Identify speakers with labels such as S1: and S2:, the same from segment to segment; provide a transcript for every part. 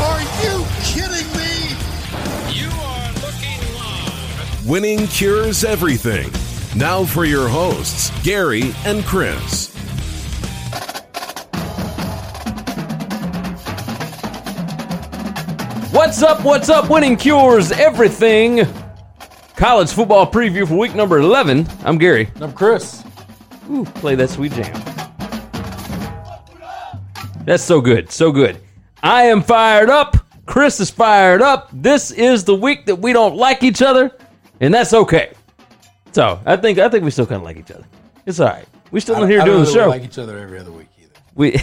S1: Are you kidding me?
S2: You are looking live.
S3: Winning cures everything. Now for your hosts, Gary and Chris.
S4: What's up? What's up? Winning cures everything. College football preview for week number 11. I'm Gary.
S5: I'm Chris.
S4: Ooh, play that sweet jam. That's so good. So good. I am fired up. Chris is fired up. This is the week that we don't like each other, and that's okay. So I think I think we still kind of like each other. It's all right. We still in here
S5: I
S4: doing
S5: don't know
S4: the
S5: that we
S4: show.
S5: like each other every other week either.
S4: we.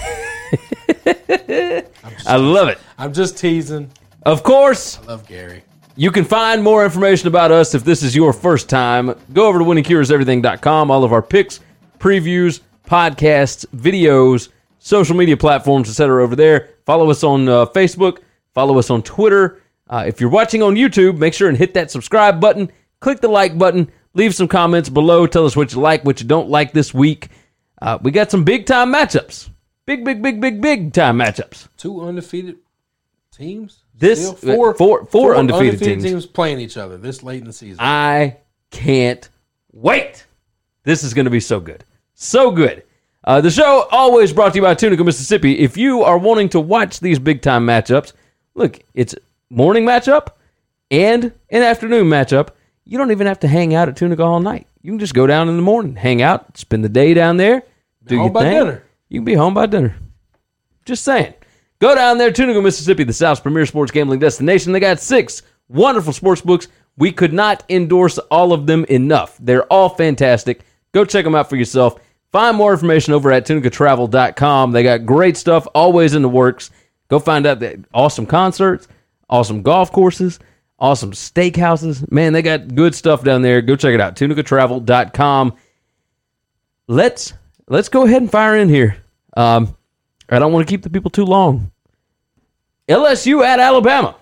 S4: I love it.
S5: I'm just teasing.
S4: Of course,
S5: Love Gary.
S4: You can find more information about us if this is your first time. Go over to winningcureseverything.com. All of our picks, previews, podcasts, videos, social media platforms, etc. over there. Follow us on uh, Facebook. Follow us on Twitter. Uh, if you're watching on YouTube, make sure and hit that subscribe button. Click the like button. Leave some comments below. Tell us what you like, what you don't like this week. Uh, we got some big time matchups. Big, big, big, big, big time matchups.
S5: Two undefeated teams.
S4: This- uh, four- four undefeated teams.
S5: playing each other this late in the season.
S4: I can't wait. This is going to be so good. So good. Uh, the show always brought to you by Tunica, Mississippi. If you are wanting to watch these big time matchups, look, it's morning matchup and an afternoon matchup. You don't even have to hang out at Tunica all night. You can just go down in the morning, hang out, spend the day down there, do
S5: home
S4: your
S5: by
S4: thing.
S5: dinner.
S4: You can be home by dinner. Just saying. Go down there, Tunica, Mississippi, the South's premier sports gambling destination. They got six wonderful sports books. We could not endorse all of them enough. They're all fantastic. Go check them out for yourself. Find more information over at tunicatravel.com. They got great stuff always in the works. Go find out that awesome concerts, awesome golf courses, awesome steakhouses. Man, they got good stuff down there. Go check it out. tunicatravel.com let's let's go ahead and fire in here. Um, I don't want to keep the people too long. LSU at Alabama.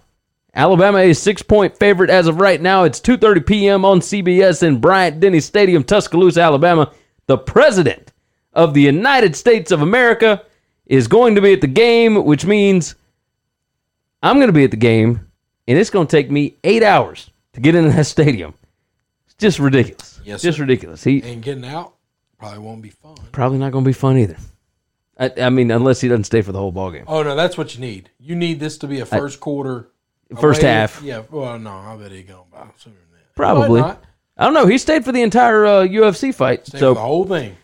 S4: Alabama a six point favorite as of right now. It's two thirty p.m. on CBS in Bryant Denny Stadium, Tuscaloosa, Alabama. The president of the United States of America is going to be at the game, which means I'm going to be at the game, and it's going to take me eight hours to get into that stadium. It's just ridiculous.
S5: Yes,
S4: just
S5: sir.
S4: ridiculous. He
S5: and getting out probably won't be fun.
S4: probably not going to be fun either. I, I mean, unless he doesn't stay for the whole ball game.
S5: Oh no, that's what you need. You need this to be a first quarter,
S4: Uh, First
S5: away-
S4: half.
S5: Yeah. Oh, Well, no, I bet he gonna buy sooner than that.
S4: Probably.
S5: Might not.
S4: I don't know. He stayed for the entire uh, UFC fight,
S5: Take
S4: so
S5: the whole thing.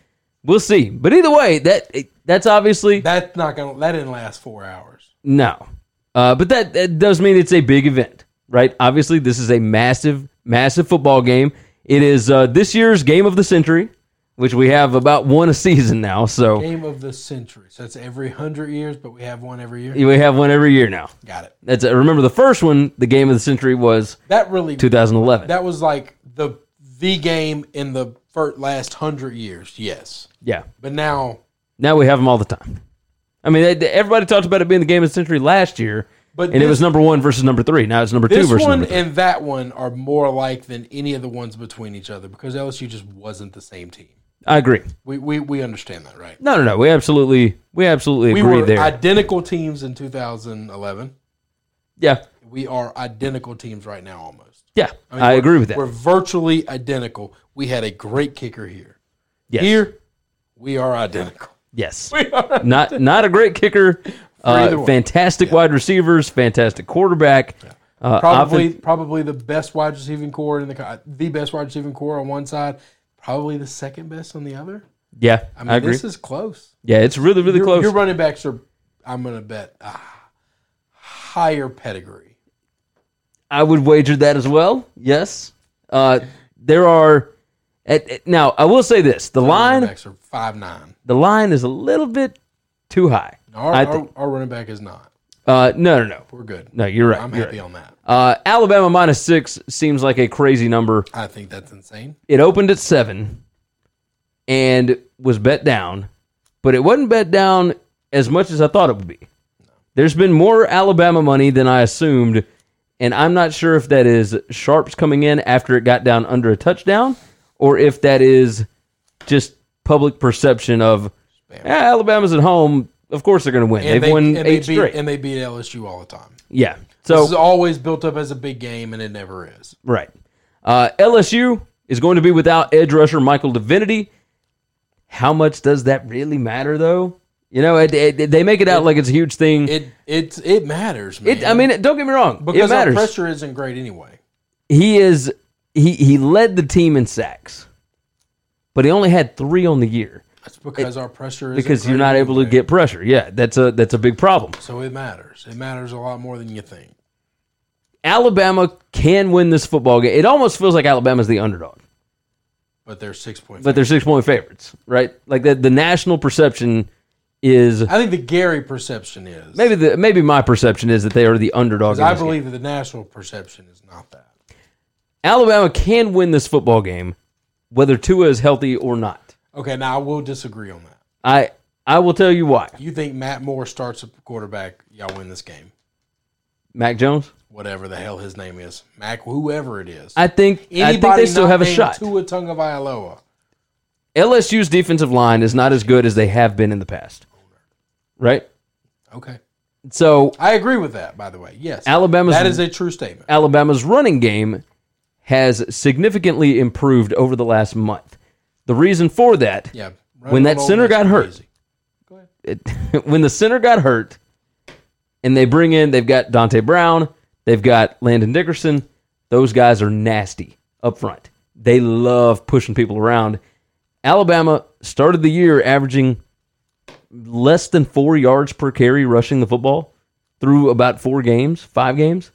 S4: we'll see. But either way, that that's obviously
S5: That's not gonna. That didn't last four hours.
S4: no. Uh, but that, that does mean it's a big event, right? Obviously, this is a massive, massive football game. It is uh, this year's game of the century, which we have about one a season now. So
S5: Game of the century. So that's every hundred years, but we have one every year.
S4: we have one every year now.
S5: Got it.
S4: That's uh, remember the first one, the game of the century was
S5: That really
S4: 2011.
S5: That was like the the game in the fir- last hundred years. Yes,
S4: yeah.
S5: but now,
S4: Now we have them all the time. I mean, they- everybody talked about it being the game of the century last year,
S5: But
S4: and it
S5: this-
S4: was number one versus number three. Now it's number two
S5: this
S4: versus
S5: one
S4: number three.
S5: and that one are more alike than any of the ones between each other because LSU just wasn't the same team.
S4: I agree.
S5: We we, we understand that, right?
S4: No, no, no. We absolutely, we absolutely
S5: We
S4: agree
S5: were
S4: there.
S5: identical teams in 2011.
S4: yeah,
S5: We are identical teams right now, almost.
S4: yeah. I,
S5: mean, we're-
S4: agree with that.
S5: We're virtually identical. We had a great kicker here.
S4: Yes.
S5: Here, we are identical.
S4: yes. not, not a great kicker.
S5: either
S4: Uh,
S5: one.
S4: fantastic wide receivers. Fantastic quarterback. Uh,
S5: probably
S4: often-
S5: probably the best wide receiving core in the co- the best wide receiving core on one side, probably the second best on the other.
S4: yeah, I,
S5: I mean,
S4: agree.
S5: this is close.
S4: yeah, it's really, really
S5: your,
S4: close.
S5: Your running backs are, I'm going to bet, a higher pedigree.
S4: I would wager that as well. Yes. Uh, there are. At, at- now, I will say this: the
S5: Running
S4: line
S5: backs are five nine.
S4: the line is a little bit too high.
S5: Our,
S4: I thi-
S5: our, our running back is not.
S4: Uh, no, no, no.
S5: We're good.
S4: No, you're right.
S5: I'm
S4: you're
S5: happy
S4: right.
S5: on that.
S4: Uh, Alabama minus six seems like a crazy number.
S5: I think that's insane.
S4: It opened at seven and was bet down, but it wasn't bet down as much as I thought it would be. There's been more Alabama money than I assumed, and I'm not sure if that is Sharps coming in after it got down under a touchdown or if that is just public perception of "Ah, Alabama's at home. Of course they're going to win. They've won
S5: and
S4: eight
S5: they beat,
S4: straight.
S5: And they beat LSU all the time.
S4: yeah.
S5: So,
S4: So
S5: this is always built up as a big game, and it never is.
S4: Right. Uh, LSU is going to be without edge rusher Michael Divinity. How much does that really matter, though? You know, it, it- they make it out like it's a huge thing. It,
S5: It it it matters, man.
S4: I mean, don't get me wrong. it
S5: because
S4: matters.
S5: our pressure isn't great anyway.
S4: He is he he led the team in sacks, but he only had three on the year
S5: That's because our pressure isn't
S4: because
S5: great
S4: you're not able to
S5: anyway.
S4: get pressure. Yeah, that's a that's a big problem.
S5: So it matters. It matters a lot more than you think.
S4: Alabama can win this football game. It almost feels like Alabama's the underdog.
S5: But they're six point.
S4: but they're six point favorites, right? Like the the national perception is
S5: I think the Gary perception is
S4: maybe the maybe my perception is that they are the underdog.
S5: 'cause
S4: in
S5: I
S4: this game.
S5: believe that the national perception is not that.
S4: Alabama can win this football game, whether Tua is healthy or not.
S5: Okay, now I will disagree on that.
S4: I I will tell you why.
S5: You think Matt Moore starts at quarterback? Y'all win this game,
S4: Mac Jones.
S5: whatever the hell his name is, Mac, whoever it is.
S4: I think I think they still
S5: not
S4: have a
S5: named
S4: shot.
S5: Tua Tagovailoa.
S4: LSU's defensive line is not as good as they have been in the past, right?
S5: Okay,
S4: So
S5: I agree with that. By the way, yes,
S4: Alabama's-
S5: that is a true statement.
S4: Alabama's running game has significantly improved over the last month. The reason for that
S5: Yeah,
S4: When that
S5: Ronald
S4: center
S5: Olney's
S4: got hurt.
S5: crazy.
S4: it- when the center got hurt and they bring in they've got Dante Brown, they've got Landon Dickerson, those guys are nasty up front. They love pushing people around. Alabama started the year averaging less than 4 yards per carry rushing the football through about 4 games, 5 games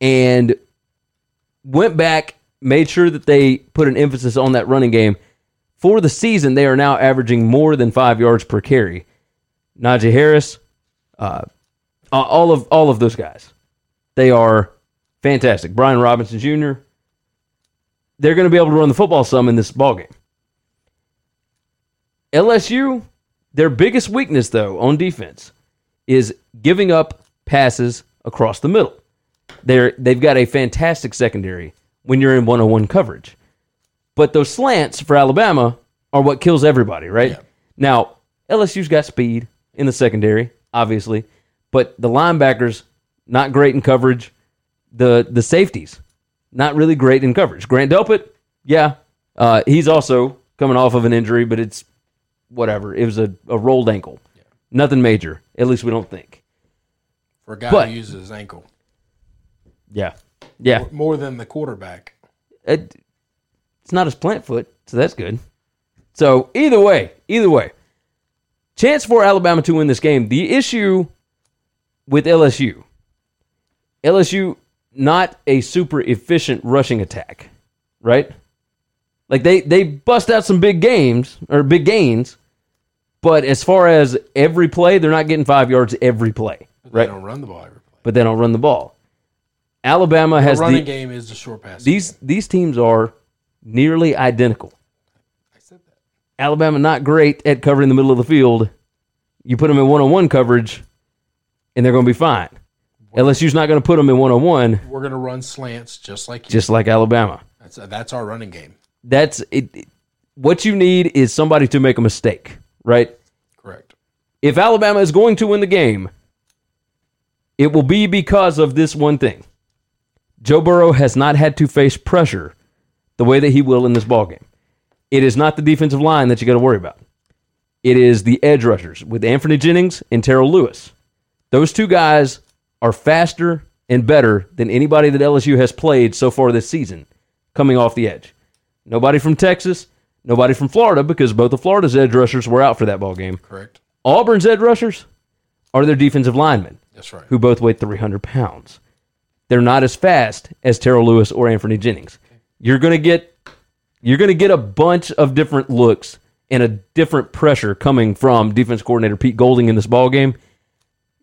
S4: and went back made sure that they put an emphasis on that running game. For the season, they are now averaging more than 5 yards per carry. Najee Harris, uh, a- all of all of those guys, they are fantastic. Brian Robinson Jr. They're going to be able to run the football some in this ball game. LSU, their biggest weakness though on defense is giving up passes across the middle. They're they've got a fantastic secondary when you're in one-on-one coverage, but those slants for Alabama are what kills everybody, right? Now LSU's got speed in the secondary, obviously, but the linebackers not great in coverage. The the safeties not really great in coverage. Grant Delpit, yeah, uh, he's also coming off of an injury, but it's whatever. It was a, a rolled ankle, nothing major. At least we don't think.
S5: for a guy
S4: But-
S5: who uses his ankle
S4: Yeah, yeah.
S5: more than the quarterback.
S4: It, it's not his plant foot, so that's good. So either way, either way, chance for Alabama to win this game. The issue with LSU, LSU not a super efficient rushing attack, right? Like they they bust out some big games or big gains, but as far as every play, they're not getting five yards every play,
S5: They
S4: right?
S5: don't run the ball every play.
S4: But they don't run the ball. Alabama
S5: The
S4: has the,
S5: running game is the short pass.
S4: these these teams are nearly identical. Alabama not great at covering the middle of the field. You put them in one on one coverage, and they're going to be fine. LSU's not going to put them in one on one,
S5: we're going to run slants just like you.
S4: just like Alabama.
S5: That's, that's our running game.
S4: That's it, it- What you need is somebody to make a mistake, right?
S5: Correct.
S4: If Alabama is going to win the game, it will be because of this one thing. Joe Burrow has not had to face pressure the way that he will in this ballgame. It is not the defensive line that you got to worry about. It is the edge rushers with Anthony Jennings and Terrell Lewis. Those two guys are faster and better than anybody that LSU has played so far this season coming off the edge. Nobody from Texas, nobody from Florida because both of Florida's edge rushers were out for that ball game.
S5: Correct.
S4: Auburn's edge rushers are their defensive linemen,
S5: That's right.
S4: who both weigh 300 pounds. They're not as fast as Terrell Lewis or Anthony Jennings. You're gonna get, you're gonna get a bunch of different looks, and a different pressure coming from defense coordinator Pete Golding in this ball game.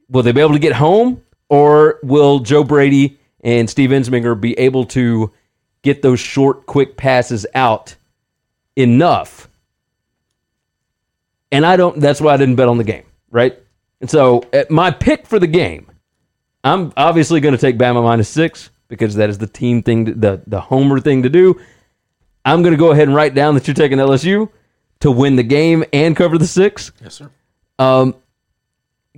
S4: Will they be able to get home, or will Joe Brady and Steve Ensminger be able to get those short, quick passes out enough? And I don't. That's why I didn't bet on the game, right? And so at my pick for the game, I'm obviously going to take Bama minus six because that is the team thing, to, the the homer thing to do. I'm going to go ahead and write down that you're taking LSU to win the game and cover the six.
S5: Yes, sir.
S4: Um,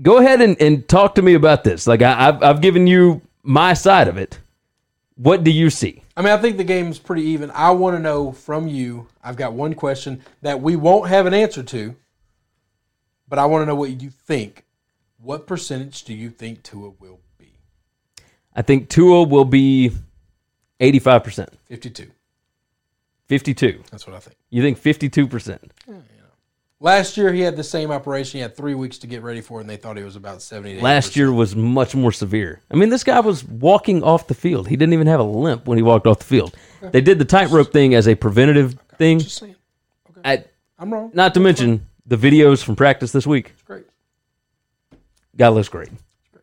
S4: go ahead and, and talk to me about this. Like I, I've I've given you my side of it. What do you see?
S5: I mean, I think the game's pretty even. I want to know from you. I've got one question that we won't have an answer to, but I want to know what you think. What percentage do you think Tua will be?
S4: I think Tua will be 85 percent,
S5: 52.
S4: 52.
S5: That's what I think.
S4: You think 52 percent?
S5: Last year, he had the same operation. He had three weeks to get ready for it, and they thought he was about 70 to
S4: Last
S5: 80%.
S4: year was much more severe. I mean, this guy was walking off the field. He didn't even have a limp when he walked off the field. They did the tightrope thing as a preventative thing.
S5: Just saying.
S4: I,
S5: I'm wrong.
S4: not to mention the videos from practice this week.
S5: Great.
S4: Guy looks great.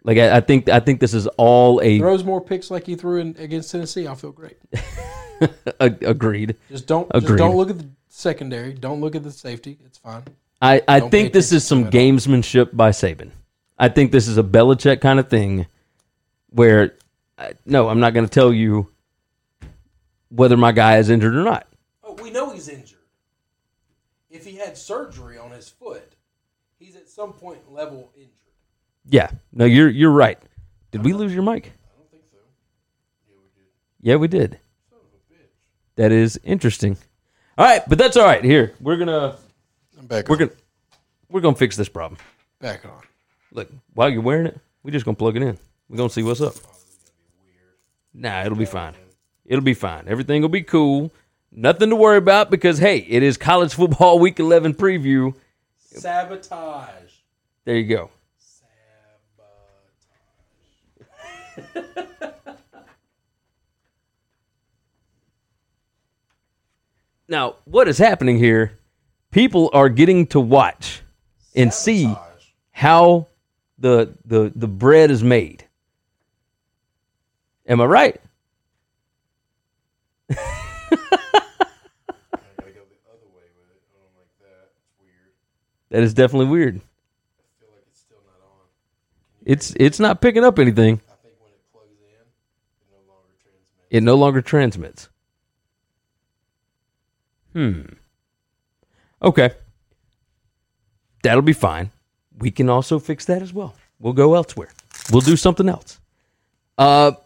S4: Like I, I think I think this is all a,
S5: Throws more picks like he threw in against Tennessee. I'll feel great.
S4: a- agreed.
S5: Just don't just
S4: Agreed.
S5: don't look at the secondary. Don't look at the safety. It's fine.
S4: I, I
S5: Don't
S4: think
S5: pay
S4: this is some
S5: attention to it
S4: gamesmanship by Saban. I think this is a Belichick kind of thing where, I, no, I'm not going to tell you whether my guy is injured or not.
S5: Oh, we know he's injured. If he had surgery on his foot, he's at some point level injured.
S4: Yeah. No, you're you're right. Did we lose your mic? Yeah, we did. That is interesting. All right, but that's all right. Here, we're gonna
S5: I'm back.
S4: we're gonna we're gonna fix this problem.
S5: back on.
S4: Look, while you're wearing it, we're just gonna plug it in. We're gonna see what's up. Nah, it'll be fine. It'll be fine. Everything will be cool. Nothing to worry about because hey, it is college football week eleven preview.
S5: Sabotage.
S4: There you go. now, what is happening here? People are getting to watch and see how the the the bread is made. Am I right? That is definitely weird. It's it's not picking up anything. It no longer transmits. Hmm. Okay. That'll be fine. We can also fix that as well. We'll go elsewhere. We'll do something else. Uh, how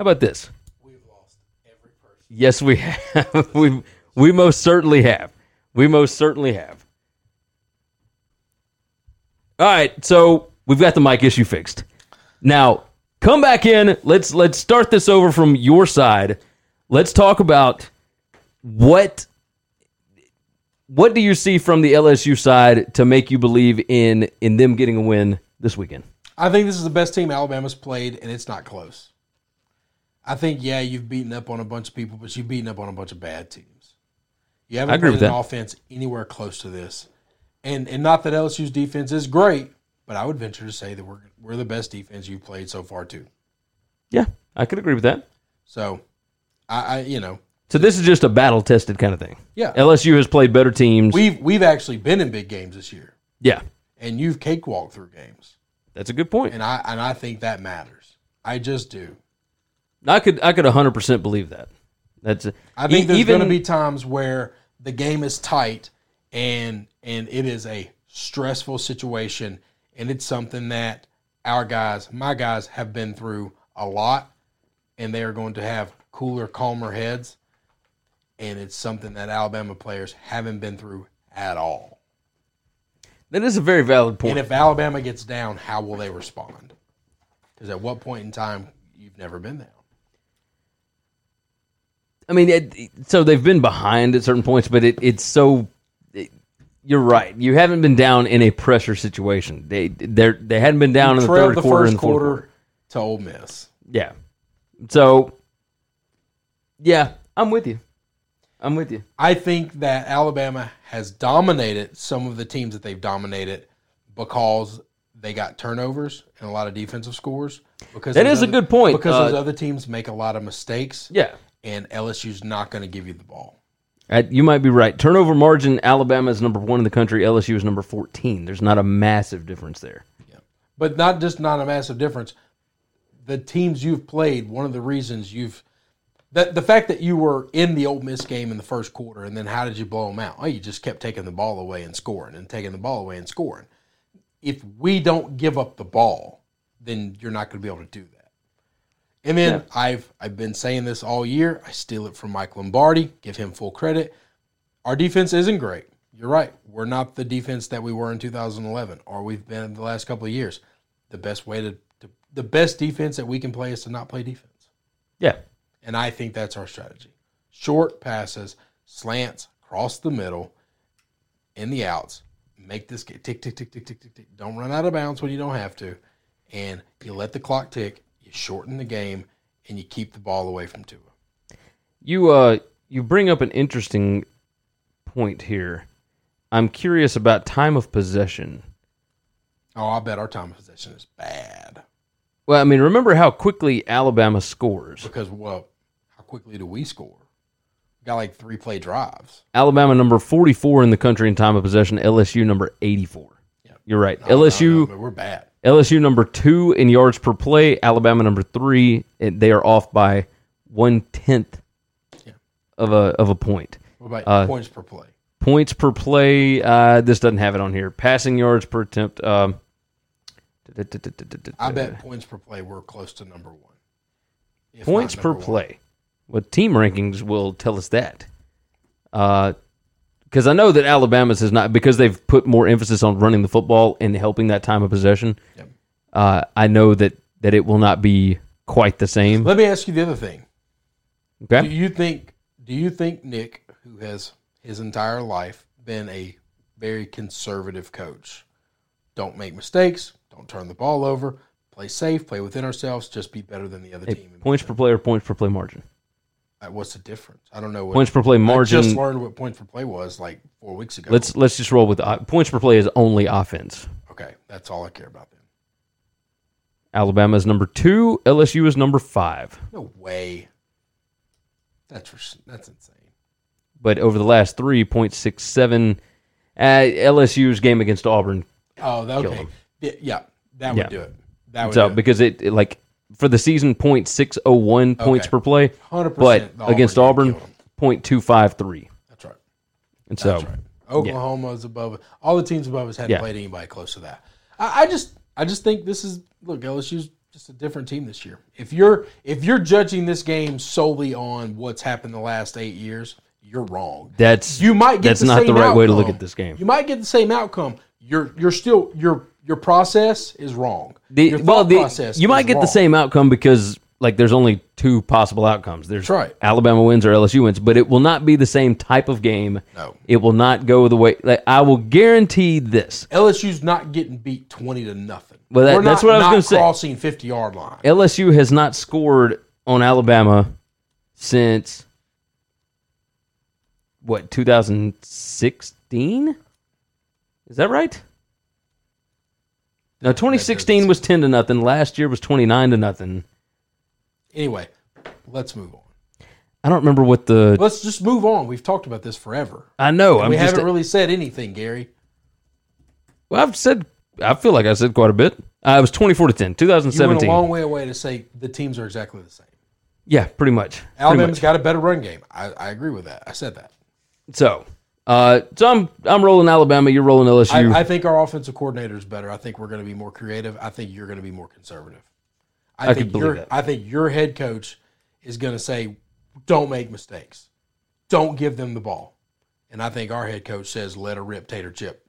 S4: about this? We've lost every person. Yes, we have. we we most certainly have. We most certainly have. All right, so we've got the mic issue fixed. Now, come back in. Let's let's start this over from your side. Let's talk about what what do you see from the LSU side to make you believe in in them getting a win this weekend?
S5: I think this is the best team Alabama's played, and it's not close. I think, yeah, you've beaten up on a bunch of people, but you've beaten up on a bunch of bad teams. You haven't
S4: I agree
S5: played
S4: with
S5: an
S4: that.
S5: offense anywhere close to this, and and not that LSU's defense is great, but I would venture to say that we're we're the best defense you've played so far too.
S4: Yeah, I could agree with that.
S5: So, I, I you know
S4: So this is just a battle tested kind of thing.
S5: Yeah.
S4: LSU has played better teams.
S5: we've we've actually been in big games this year,
S4: yeah,
S5: and you've cakewalked through games,
S4: that's a good point.
S5: and I and I think that matters. I just do.
S4: I could I could 100% believe that. That's a,
S5: I think
S4: e-
S5: there's
S4: even-
S5: going to be times where the game is tight and and it is a stressful situation and it's something that our guys, my guys have been through a lot and they are going to have cooler, calmer heads and it's something that Alabama players haven't been through at all.
S4: that is a very valid point.
S5: And if Alabama gets down, how will they respond? Cuz at what point in time you've never been down?
S4: I mean, it, so they've been behind at certain points, but it, it's so. It, you're right. You haven't been down in a pressure situation. They they they hadn't been down in the
S5: Trailed
S4: third quarter
S5: first
S4: and the fourth quarter.
S5: to Ole Miss.
S4: Yeah. So. Yeah, I'm with you. I'm with you.
S5: I think that Alabama has dominated some of the teams that they've dominated because they got turnovers and a lot of defensive scores. Because
S4: That
S5: those
S4: is a
S5: other-
S4: good point.
S5: Because
S4: Uh,
S5: those other teams make a lot of mistakes.
S4: Yeah.
S5: and LSU's not going to give you the ball.
S4: Uh, you might be right. Turnover margin, Alabama is number one in the country. LSU is number 14. There's not a massive difference there.
S5: But not just not a massive difference. The teams you've played, one of the reasons you've that the fact that you were in the Ole Miss game in the first quarter, and then how did you blow them out? Oh, you just kept taking the ball away and scoring, and taking the ball away and scoring. If we don't give up the ball, then you're not going to be able to do that. And then I've I've been saying this all year. I steal it from Mike Lombardi. Give him full credit. Our defense isn't great. You're right. We're not the defense that we were in 2011, or we've been in the last couple of years. The best way to, to the best defense that we can play is to not play defense.
S4: Yeah.
S5: And I think that's our strategy. Short passes, slants, cross the middle, in the outs. Make this get tick, tick, tick, tick, tick, tick, tick. Don't run out of bounds when you don't have to. And you let the clock tick, you shorten the game, and you keep the ball away from Tua.
S4: You uh you bring up an interesting point here. I'm curious about time of possession.
S5: Oh, I bet our time of possession is bad.
S4: Well, I mean, remember how quickly Alabama scores.
S5: Because, well, how quickly do we score? We got like three play drives.
S4: Alabama number 44 in the country in time of possession, LSU number 84. You're right. LSU
S5: But we're bad.
S4: LSU number 2 in yards per play, Alabama number 3, and they are off by one tenth of a of a point.
S5: What about
S4: Uh,
S5: points per play?
S4: points per play. Uh, this doesn't have it on here. Passing yards per attempt. Um,
S5: I bet points per play we're close to number one. If not
S4: points per
S5: number one.
S4: play. What team rankings will tell us that? Because I know that Alabama's is not because they've put more emphasis on running the football and helping that time of possession.
S5: Yep.
S4: Uh, I know that that it will not be quite the same.
S5: Let me ask you the other thing. Do
S4: Okay.
S5: you think do you think Nick, who has his entire life been a very conservative coach, don't make mistakes, don't turn the ball over, play safe, play within ourselves, just be better than the other team.
S4: Points per play or points per play margin.
S5: Uh, What's the difference? I don't know what
S4: Points per play
S5: I just
S4: margin.
S5: learned what points per play was like four weeks ago.
S4: Let's let's just roll with the, points per play is only offense.
S5: okay, that's all I care about then.
S4: Alabama is number two. LSU is number five.
S5: No way. That's res- that's insane.
S4: But over the last three, 0.67, uh, LSU's game against Auburn.
S5: Oh, that,
S4: Kill
S5: okay.
S4: him.
S5: Yeah, yeah, that would
S4: Yeah.
S5: do it. That would
S4: So
S5: do it.
S4: because it, it, like for the season, 0.601 points
S5: Okay. Oh,
S4: per play, but
S5: 100% the Auburn
S4: against
S5: game
S4: Auburn,
S5: killed 'em.
S4: 0.253.
S5: That's right.
S4: And so
S5: Oklahoma's above all the teams above us hadn't
S4: Oh. Yeah.
S5: played anybody close to that. I, I just I just think this is look LSU's just a different team this year. If you're if you're judging this game solely on what's happened the last eight years, you're wrong.
S4: that's
S5: You might get
S4: that's
S5: the
S4: not
S5: same
S4: the right way to look
S5: outcome.
S4: at this game.
S5: You might get the same outcome. You're you're still your your process is wrong.
S4: The-
S5: your
S4: well,
S5: thought
S4: the-
S5: process
S4: you
S5: is
S4: might get the
S5: wrong.
S4: same outcome because like there's only two possible outcomes. There's
S5: That's right.
S4: Alabama wins or LSU wins, but it will not be the same type of game.
S5: No.
S4: It will not go the way like I will guarantee this.
S5: LSU's not getting beat twenty to nothing.
S4: Well, that-
S5: We're
S4: that's
S5: not-
S4: what I was
S5: not
S4: gonna say.
S5: Crossing fifty yard line.
S4: LSU has not scored on Alabama since what 2016? Is that right? No, 2016 was 10 to nothing. Last year was 29 to nothing.
S5: Anyway, let's move on.
S4: I don't remember what the
S5: Let's just move on. We've talked about this forever.
S4: I know. I'm
S5: we
S4: just
S5: haven't really said anything, Gary.
S4: well, I've said I feel like I said quite a bit. Uh, I was 24 to 10,
S5: You went a
S4: 2017.
S5: long way away to say the teams are exactly the same.
S4: yeah, pretty much. Pretty
S5: Alabama's
S4: much.
S5: got a better run game. I, I agree with that. I said that.
S4: So, uh, so I'm I'm rolling Alabama. You're rolling LSU.
S5: I, I think our offensive coordinator is better. I think we're going to be more creative. I think you're going to be more conservative. I,
S4: I
S5: think
S4: could believe
S5: your,
S4: that.
S5: I think your head coach is going to say, "Don't make mistakes. Don't give them the ball." And I think our head coach says, "Let her rip, tater chip."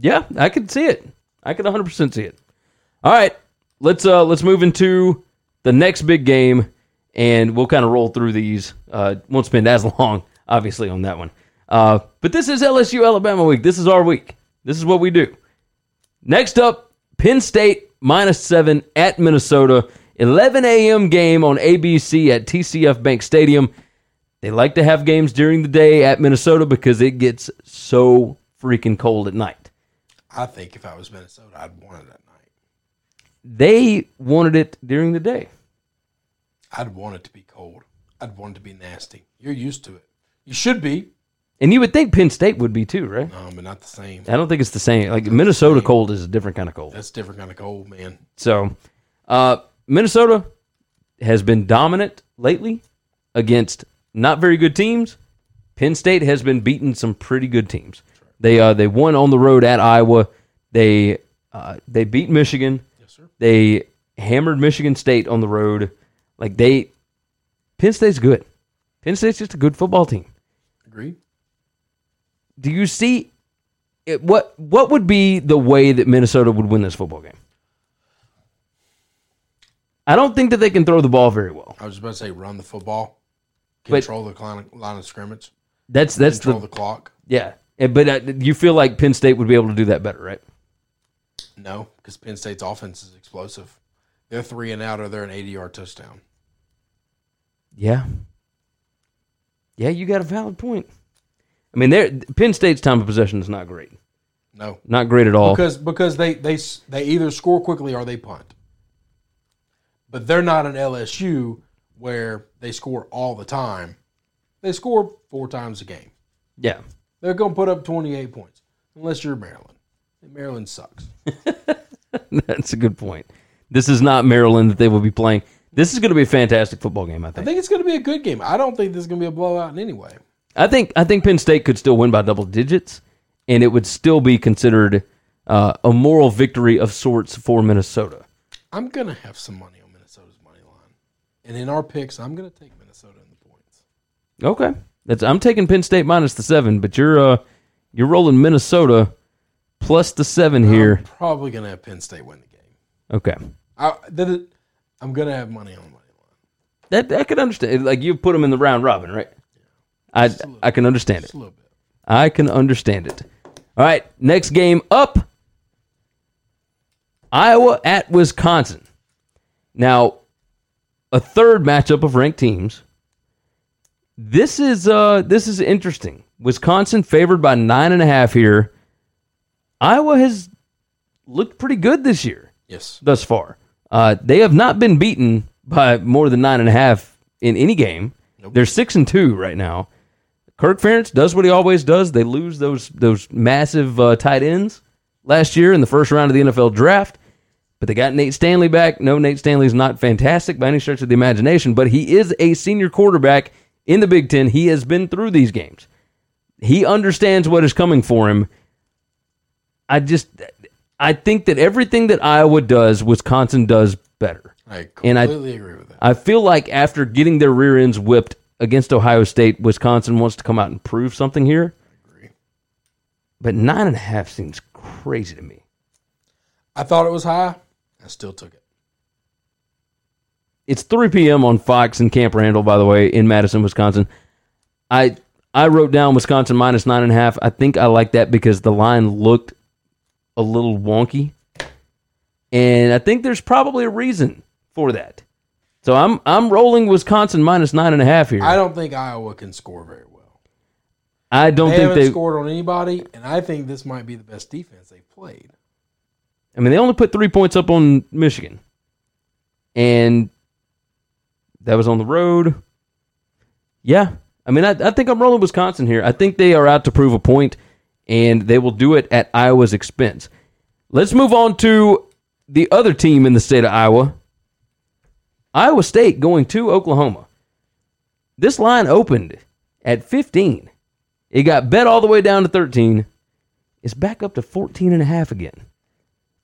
S4: Yeah, I could see it. I could 100% see it. All right, let's uh let's move into the next big game and we'll kind of roll through these. Uh won't spend as long obviously on that one. Uh but this is LSU Alabama week. This is our week. This is what we do. Next up, Penn State minus 7 at Minnesota. 11 a.m. game on ABC at TCF Bank Stadium. They like to have games during the day at Minnesota because it gets so freaking cold at night.
S5: I think if I was Minnesota, I'd want it at night.
S4: They wanted it during the day.
S5: I'd want it to be cold. I'd want it to be nasty. You're used to it. You should be.
S4: And you would think Penn State would be too, right?
S5: Um, but not the same.
S4: I don't think it's the same. Like Minnesota cold is a different kind of cold.
S5: That's different kind of cold, man.
S4: So, uh, Minnesota has been dominant lately against not very good teams. Penn State has been beating some pretty good teams. They uh, they won on the road at Iowa. They uh, they beat Michigan.
S5: Yes, sir.
S4: They hammered Michigan State on the road. Like they, Penn State's good. Penn State's just a good football team.
S5: Agree.
S4: Do you see it, what what would be the way that Minnesota would win this football game? I don't think that they can throw the ball very well.
S5: I was about to say run the football,
S4: But-
S5: control the line, line of scrimmage,
S4: That's that's
S5: control
S4: the,
S5: the, clock.
S4: yeah. Eh, But uh, you feel like Penn State would be able to do that better, right?
S5: No, because Penn State's offense is explosive. They're three and out, or they're an 80 yard touchdown.
S4: Yeah. Yeah, you got a valid point. I mean, they're- Penn State's time of possession is not great.
S5: No,
S4: Not great at all.
S5: because because they they s- they either score quickly or they punt. But they're not an LSU where they score all the time. They score four times a game.
S4: yeah.
S5: They're going to put up 28 points unless you're Maryland. And Maryland sucks.
S4: That's a good point. This is not Maryland that they will be playing. This is going to be a fantastic football game, I
S5: I
S4: think.
S5: think it's going to be a good game. I don't think this is going to be a blowout in any way.
S4: I think I think Penn State could still win by double digits, and it would still be considered uh, a moral victory of sorts for Minnesota.
S5: I'm going to have some money on Minnesota's money line. And in our picks, I'm going to take Minnesota in the points.
S4: Okay, that's I'm taking Penn State minus the seven, but you're uh, you're rolling Minnesota plus the seven here.
S5: I'm probably going to have Penn State win the game.
S4: Okay,
S5: I, th- th- I'm going to have money on the money line.
S4: that I can understand. Like you put them in the round robin, right? I I can understand it.
S5: Just a little bit.
S4: I can understand it. All right, next game up Iowa at Wisconsin. Now, a third matchup of ranked teams. This is uh this is interesting. Wisconsin favored by nine and a half here. Iowa has looked pretty good this year
S5: Yes.
S4: thus far. Uh, they have not been beaten by more than nine and a half in any game. They're six and two right now. Kirk Ferentz does what he always does. They lose those those massive uh, tight ends last year in the first round of the NFL draft, but they got Nate Stanley back. No, Nate Stanley's not fantastic by any stretch of the imagination, but he is a senior quarterback in the Big Ten. He has been through these games. He understands what is coming for him. I just I think that everything that Iowa does, Wisconsin does better.
S5: I
S4: And I-
S5: completely agree with that.
S4: I feel like after getting their rear ends whipped against Ohio State, Wisconsin wants to come out and prove something here. But nine and a half seems crazy to me.
S5: I thought it was high. I still took it.
S4: It's 3 p.m. on Fox and Camp Randall, by the way, in Madison, Wisconsin. I I wrote down Wisconsin minus nine and a half. I think I like that because the line looked a little wonky, and I think there's probably a reason for that. So I'm I'm rolling Wisconsin minus nine and a half here.
S5: I don't think Iowa can score very well.
S4: I don't
S5: They
S4: think
S5: haven't
S4: they.
S5: scored on anybody, and I think this might be the best defense they've played.
S4: I mean, they only put three points up on Michigan, and that was on the road. Yeah, I mean, I, I think I'm rolling Wisconsin here. I think they are out to prove a point, and they will do it at Iowa's expense. Let's move on to the other team in the state of Iowa. Iowa State going to Oklahoma. This line opened at 15. It got bet all the way down to 13. It's back up to 14 and a half again.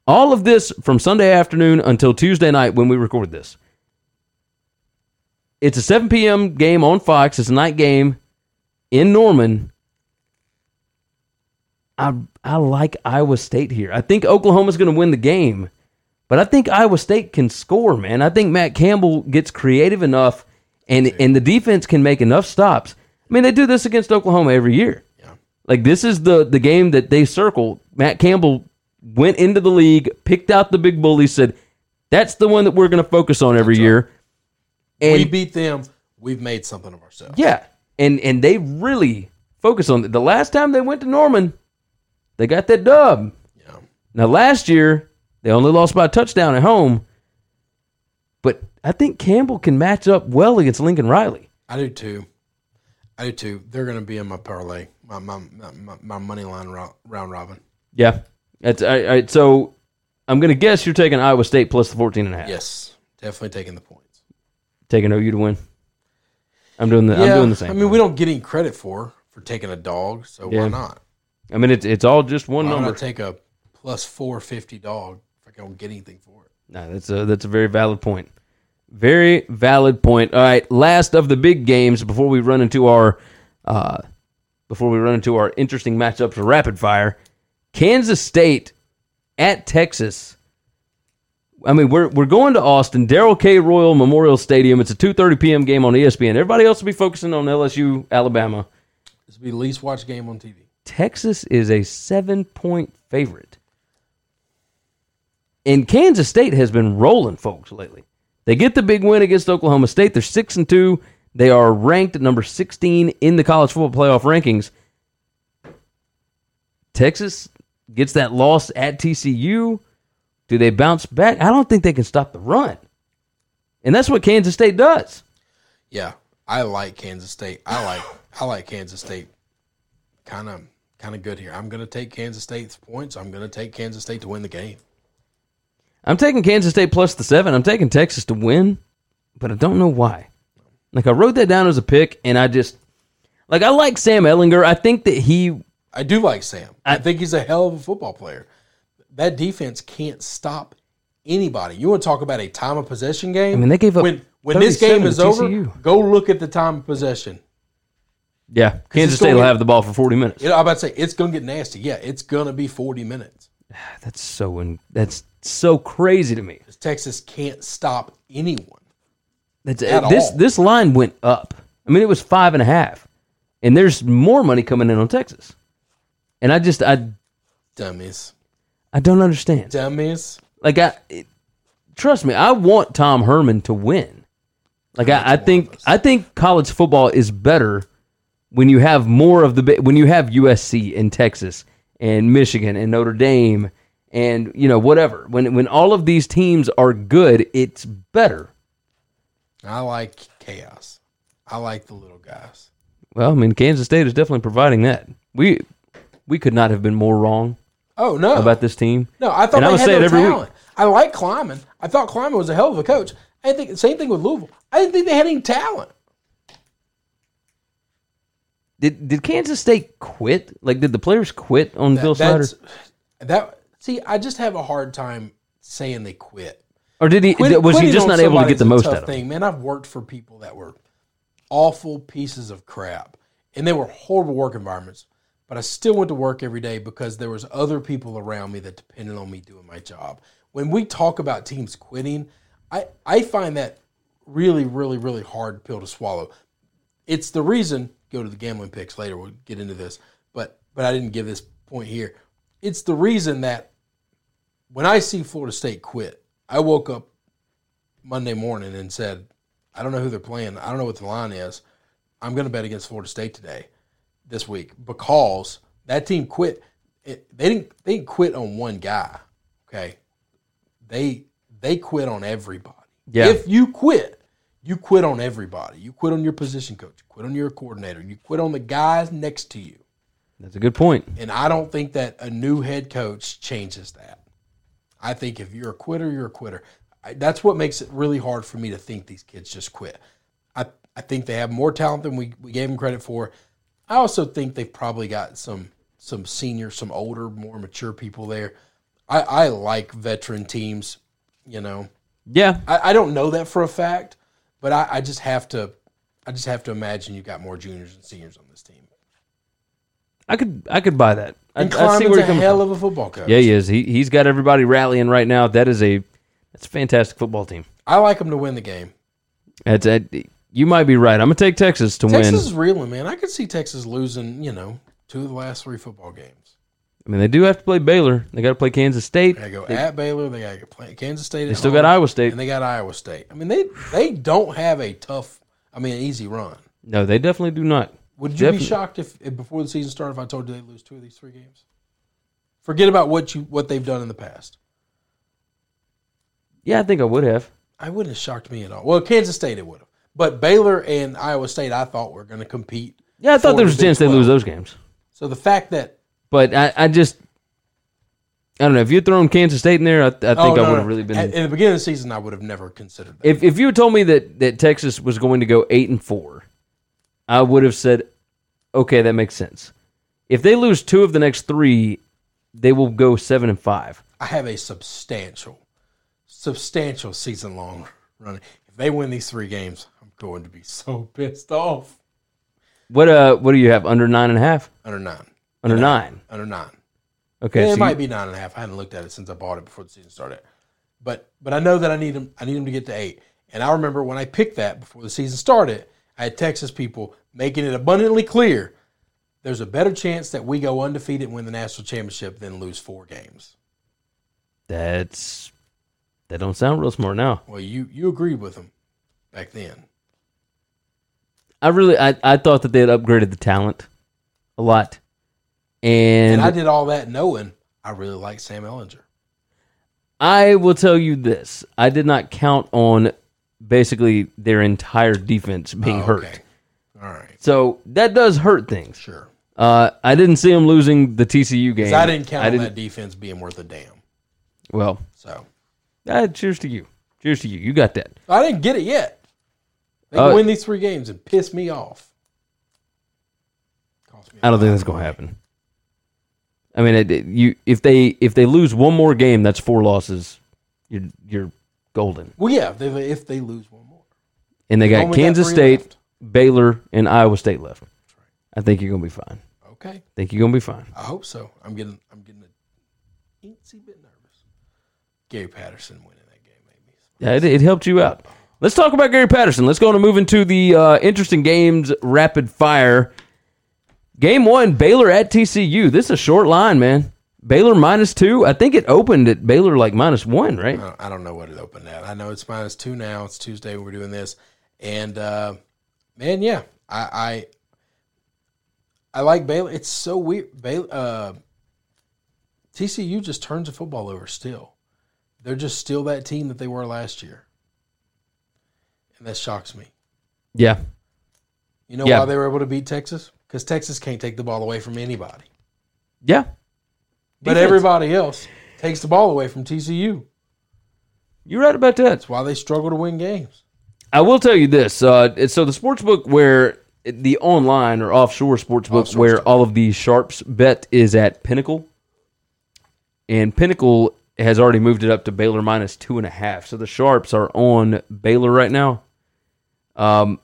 S4: All of this from Sunday afternoon until Tuesday night when we record this. It's a 7 p.m. game on Fox. It's a night game in Norman. I I like Iowa State here. I think Oklahoma's going to win the game, but I think Iowa State can score, man. I think Matt Campbell gets creative enough and and the defense can make enough stops. I mean, they do this against Oklahoma every year. Like this is the the game that they circle. Matt Campbell went into the league, picked out the big bully, said, "That's the one that we're going to focus on every year."
S5: we beat them. We've made something of ourselves.
S4: Yeah. and and they really focus on it. The last time they went to Norman, they got that dub. Now last year they only lost by a touchdown at home, but I think Campbell can match up well against Lincoln Riley.
S5: I do too. I do too. They're going to be in my parlay, my my my, my money line round, round robin.
S4: Yeah, that's all right. all right, So I'm going to guess you're taking Iowa State plus the 14 and a half.
S5: Yes, definitely taking the points.
S4: Taking OU to win. I'm doing the I'm doing the same.
S5: I mean, we don't get any credit for for taking a dog, so
S4: Yeah.
S5: why not?
S4: I mean it's it's all just one
S5: Why
S4: number.
S5: not take a plus four fifty dog if I don't get anything for it?
S4: No, that's a that's a very valid point. Very valid point. All right, last of the big games before we run into our uh, before we run into our interesting matchups of rapid fire. Kansas State at Texas. I mean, we're we're going to Austin, Daryl K. Royal Memorial Stadium. It's a two thirty p.m. game on E ESPN. Everybody else will be focusing on LSU, Alabama.
S5: This will be the least watched game on TV.
S4: Texas is a seven point favorite. And Kansas State has been rolling, folks, lately. They get the big win against Oklahoma State. They're six and two. They are ranked at number sixteen in the college football playoff rankings. Texas gets that loss at TCU. Do they bounce back? I don't think they can stop the run. And that's what Kansas State does.
S5: Yeah, I like Kansas State. I like I like Kansas State. Kind of kind of good here. I'm going to take Kansas State's points. I'm going to take Kansas State to win the game.
S4: I'm taking Kansas State plus the seven. I'm taking Texas to win, but I don't know why. Like I wrote that down as a pick, and I just like I like Sam Ellinger. I think that he
S5: I do like Sam. I,
S4: I-
S5: think he's a hell of a football player. That defense can't stop anybody. You want to talk about a time of possession game?
S4: I mean, they gave up
S5: when when this game
S4: 37
S5: is
S4: to
S5: over.
S4: TCU.
S5: Go look at the time of possession.
S4: yeah Kansas
S5: it's
S4: State
S5: going-
S4: will have the ball for 40 minutes.
S5: You know, I'm about to say it's going to get nasty. Yeah, it's going to be 40 minutes.
S4: That's so in, that's so crazy to me.
S5: Texas can't stop anyone.
S4: That's
S5: At
S4: this
S5: all.
S4: this line went up. I mean, it was five and a half, and there's more money coming in on Texas, and I just I
S5: Dummies,
S4: I don't understand.
S5: dummies.
S4: Like I, it, trust me, I want Tom Herman to win. Like I, I think I think college football is better when you have more of the bi- when you have USC and Texas and Michigan and Notre Dame and you know whatever when when all of these teams are good, it's better.
S5: I like chaos. I like the little guys.
S4: Well, I mean, Kansas State is definitely providing that. We we could not have been more wrong
S5: Oh no!
S4: about this team.
S5: No, I
S4: And
S5: thought they
S4: I would
S5: had
S4: say
S5: no
S4: it every week.
S5: talent. I like Kleiman. I thought Kleiman was a hell of a coach. I didn't think same thing with Louisville. I didn't think they had any talent.
S4: Did did Kansas State quit? Like, did the players quit on Bill Snyder,
S5: That's- that see, I just have a hard time saying they quit.
S4: or did he?
S5: Quit-
S4: was he
S5: quitting
S4: just
S5: on
S4: not able to
S5: somebody
S4: get the
S5: is a
S4: most
S5: tough
S4: out of it?
S5: thing, man. I've worked for people that were awful pieces of crap, and they were horrible work environments. But I still went to work every day because there was other people around me that depended on me doing my job. When we talk about teams quitting, I I find that really, really, really hard pill to swallow. It's the reason. Go to the gambling picks later. We'll get into this, but but I didn't give this point here. It's the reason that when I see Florida State quit, I woke up Monday morning and said, I don't know who they're playing. I don't know what the line is. I'm going to bet against Florida State today, this week, because that team quit. It, they didn't. They didn't quit on one guy. Okay, they they quit on everybody.
S4: Yeah.
S5: If you quit, you quit on everybody. You quit on your position coach. You quit on your coordinator. You quit on the guys next to you.
S4: That's a good point.
S5: And I don't think that a new head coach changes that. I think if you're a quitter, you're a quitter. I, that's what makes it really hard for me to think these kids just quit. I, I think they have more talent than we, we gave them credit for. I also think they've probably got some some senior, some older, more mature people there. I, I like veteran teams, you know.
S4: Yeah,
S5: I, I don't know that for a fact, but I, I just have to I just have to imagine you've got more juniors and seniors on this team.
S4: I could I could buy that. I,
S5: And
S4: I see
S5: Kleiman's
S4: where
S5: a
S4: you're coming
S5: hell
S4: from.
S5: of a football coach.
S4: Yeah, he is. He he's got everybody rallying right now. That is a that's a fantastic football team.
S5: I like them to win the game.
S4: That's that you might be right. I'm gonna take Texas to
S5: Texas
S4: win.
S5: is reeling, man. I could see Texas losing, you know, two of the last three football games.
S4: I mean, they do have to play Baylor. They got to play Kansas State.
S5: They got to go at Baylor. They got to play Kansas State.
S4: They still got Iowa State.
S5: and they got Iowa State. I mean, they they don't have a tough. I mean, an easy run.
S4: No, they definitely do not.
S5: Would you
S4: Definitely.
S5: be shocked if, if before the season started if I told you they lose two of these three games? Forget about what you what they've done in the past.
S4: Yeah, I think I would have.
S5: I wouldn't have shocked me at all. Well, Kansas State it would have, but Baylor and Iowa State I thought were going to compete.
S4: Yeah, I thought
S5: for
S4: there was a
S5: the Big
S4: chance they
S5: 12.
S4: lose those games.
S5: So the fact that
S4: But I, I just, I don't know. If you'd thrown Kansas State in there, I, I think I
S5: Oh,
S4: would
S5: no,
S4: have
S5: no.
S4: really been.
S5: at, in the beginning of the season I would have never considered that.
S4: if if you had told me that that Texas was going to go eight and four, I would have said, okay, that makes sense. If they lose two of the next three, they will go seven and five.
S5: I have a substantial, substantial season long run. If they win these three games, I'm going to be so pissed off.
S4: What uh, what do you have under nine and a half?
S5: Under nine,
S4: Under nine.
S5: under nine.
S4: Okay,
S5: Yeah,
S4: so
S5: it
S4: you-
S5: might be nine and a half. I hadn't looked at it since I bought it before the season started. But but I know that I need him. I need him to get to eight. And I remember when I picked that before the season started, I had Texas people making it abundantly clear there's a better chance that we go undefeated and win the national championship than lose four games.
S4: that's that don't sound real smart now.
S5: Well, you you agreed with them back then.
S4: I really I, I thought that they had upgraded the talent a lot, and,
S5: And I did all that knowing I really like Sam Ellinger.
S4: I will tell you this: I did not count on basically their entire defense being
S5: Oh,
S4: hurt.
S5: okay. All right.
S4: So that does hurt things.
S5: Sure.
S4: Uh, I didn't see them losing the TCU game.
S5: 'Cause I didn't count
S4: I
S5: on
S4: didn't-
S5: that defense being worth a damn.
S4: Well,
S5: So
S4: uh, cheers to you. Cheers to you. You got that.
S5: I didn't get it yet. They
S4: Oh.
S5: can win these three games and piss me off. Cost me a
S4: I don't
S5: lot.
S4: think that's going to happen. I mean, it, it- you if they if they lose one more game, that's four losses. You're you're golden.
S5: Well, yeah, if they, if they lose one more,
S4: And they got
S5: Only got
S4: Kansas
S5: three
S4: State,
S5: left.
S4: Baylor, and Iowa State left. I think you're going to be fine. I
S5: okay.
S4: think you're going to be fine.
S5: I hope so. I'm getting I'm getting a teensy bit nervous. Gary Patterson winning that game made me.
S4: Yeah, it, it helped you out. Let's talk about Gary Patterson. Let's go on and move into the uh, interesting games rapid fire. Game one, Baylor at TCU. This is a short line, man. Baylor minus two. I think it opened at Baylor like minus one, right?
S5: Uh, I don't, I don't know what it opened at. I know it's minus two now. It's Tuesday. We're doing this, and uh, man, yeah, I, I I like Baylor. It's so weird. Baylor, uh, TCU just turns the football over. Still, they're just still that team that they were last year, and that shocks me.
S4: Yeah.
S5: You know
S4: Yeah.
S5: why they were able to beat Texas? Because Texas can't take the ball away from anybody,
S4: Yeah.
S5: but
S4: Defense.
S5: everybody else takes the ball away from TCU.
S4: You're right about that.
S5: That's why they struggle to win games.
S4: I will tell you this. Uh, it's- so the sports book where the online or offshore sports book
S5: Offshore
S4: where
S5: stuff.
S4: all of the sharps bet is at Pinnacle, and Pinnacle has already moved it up to Baylor minus two and a half. So the sharps are on Baylor right now. Um,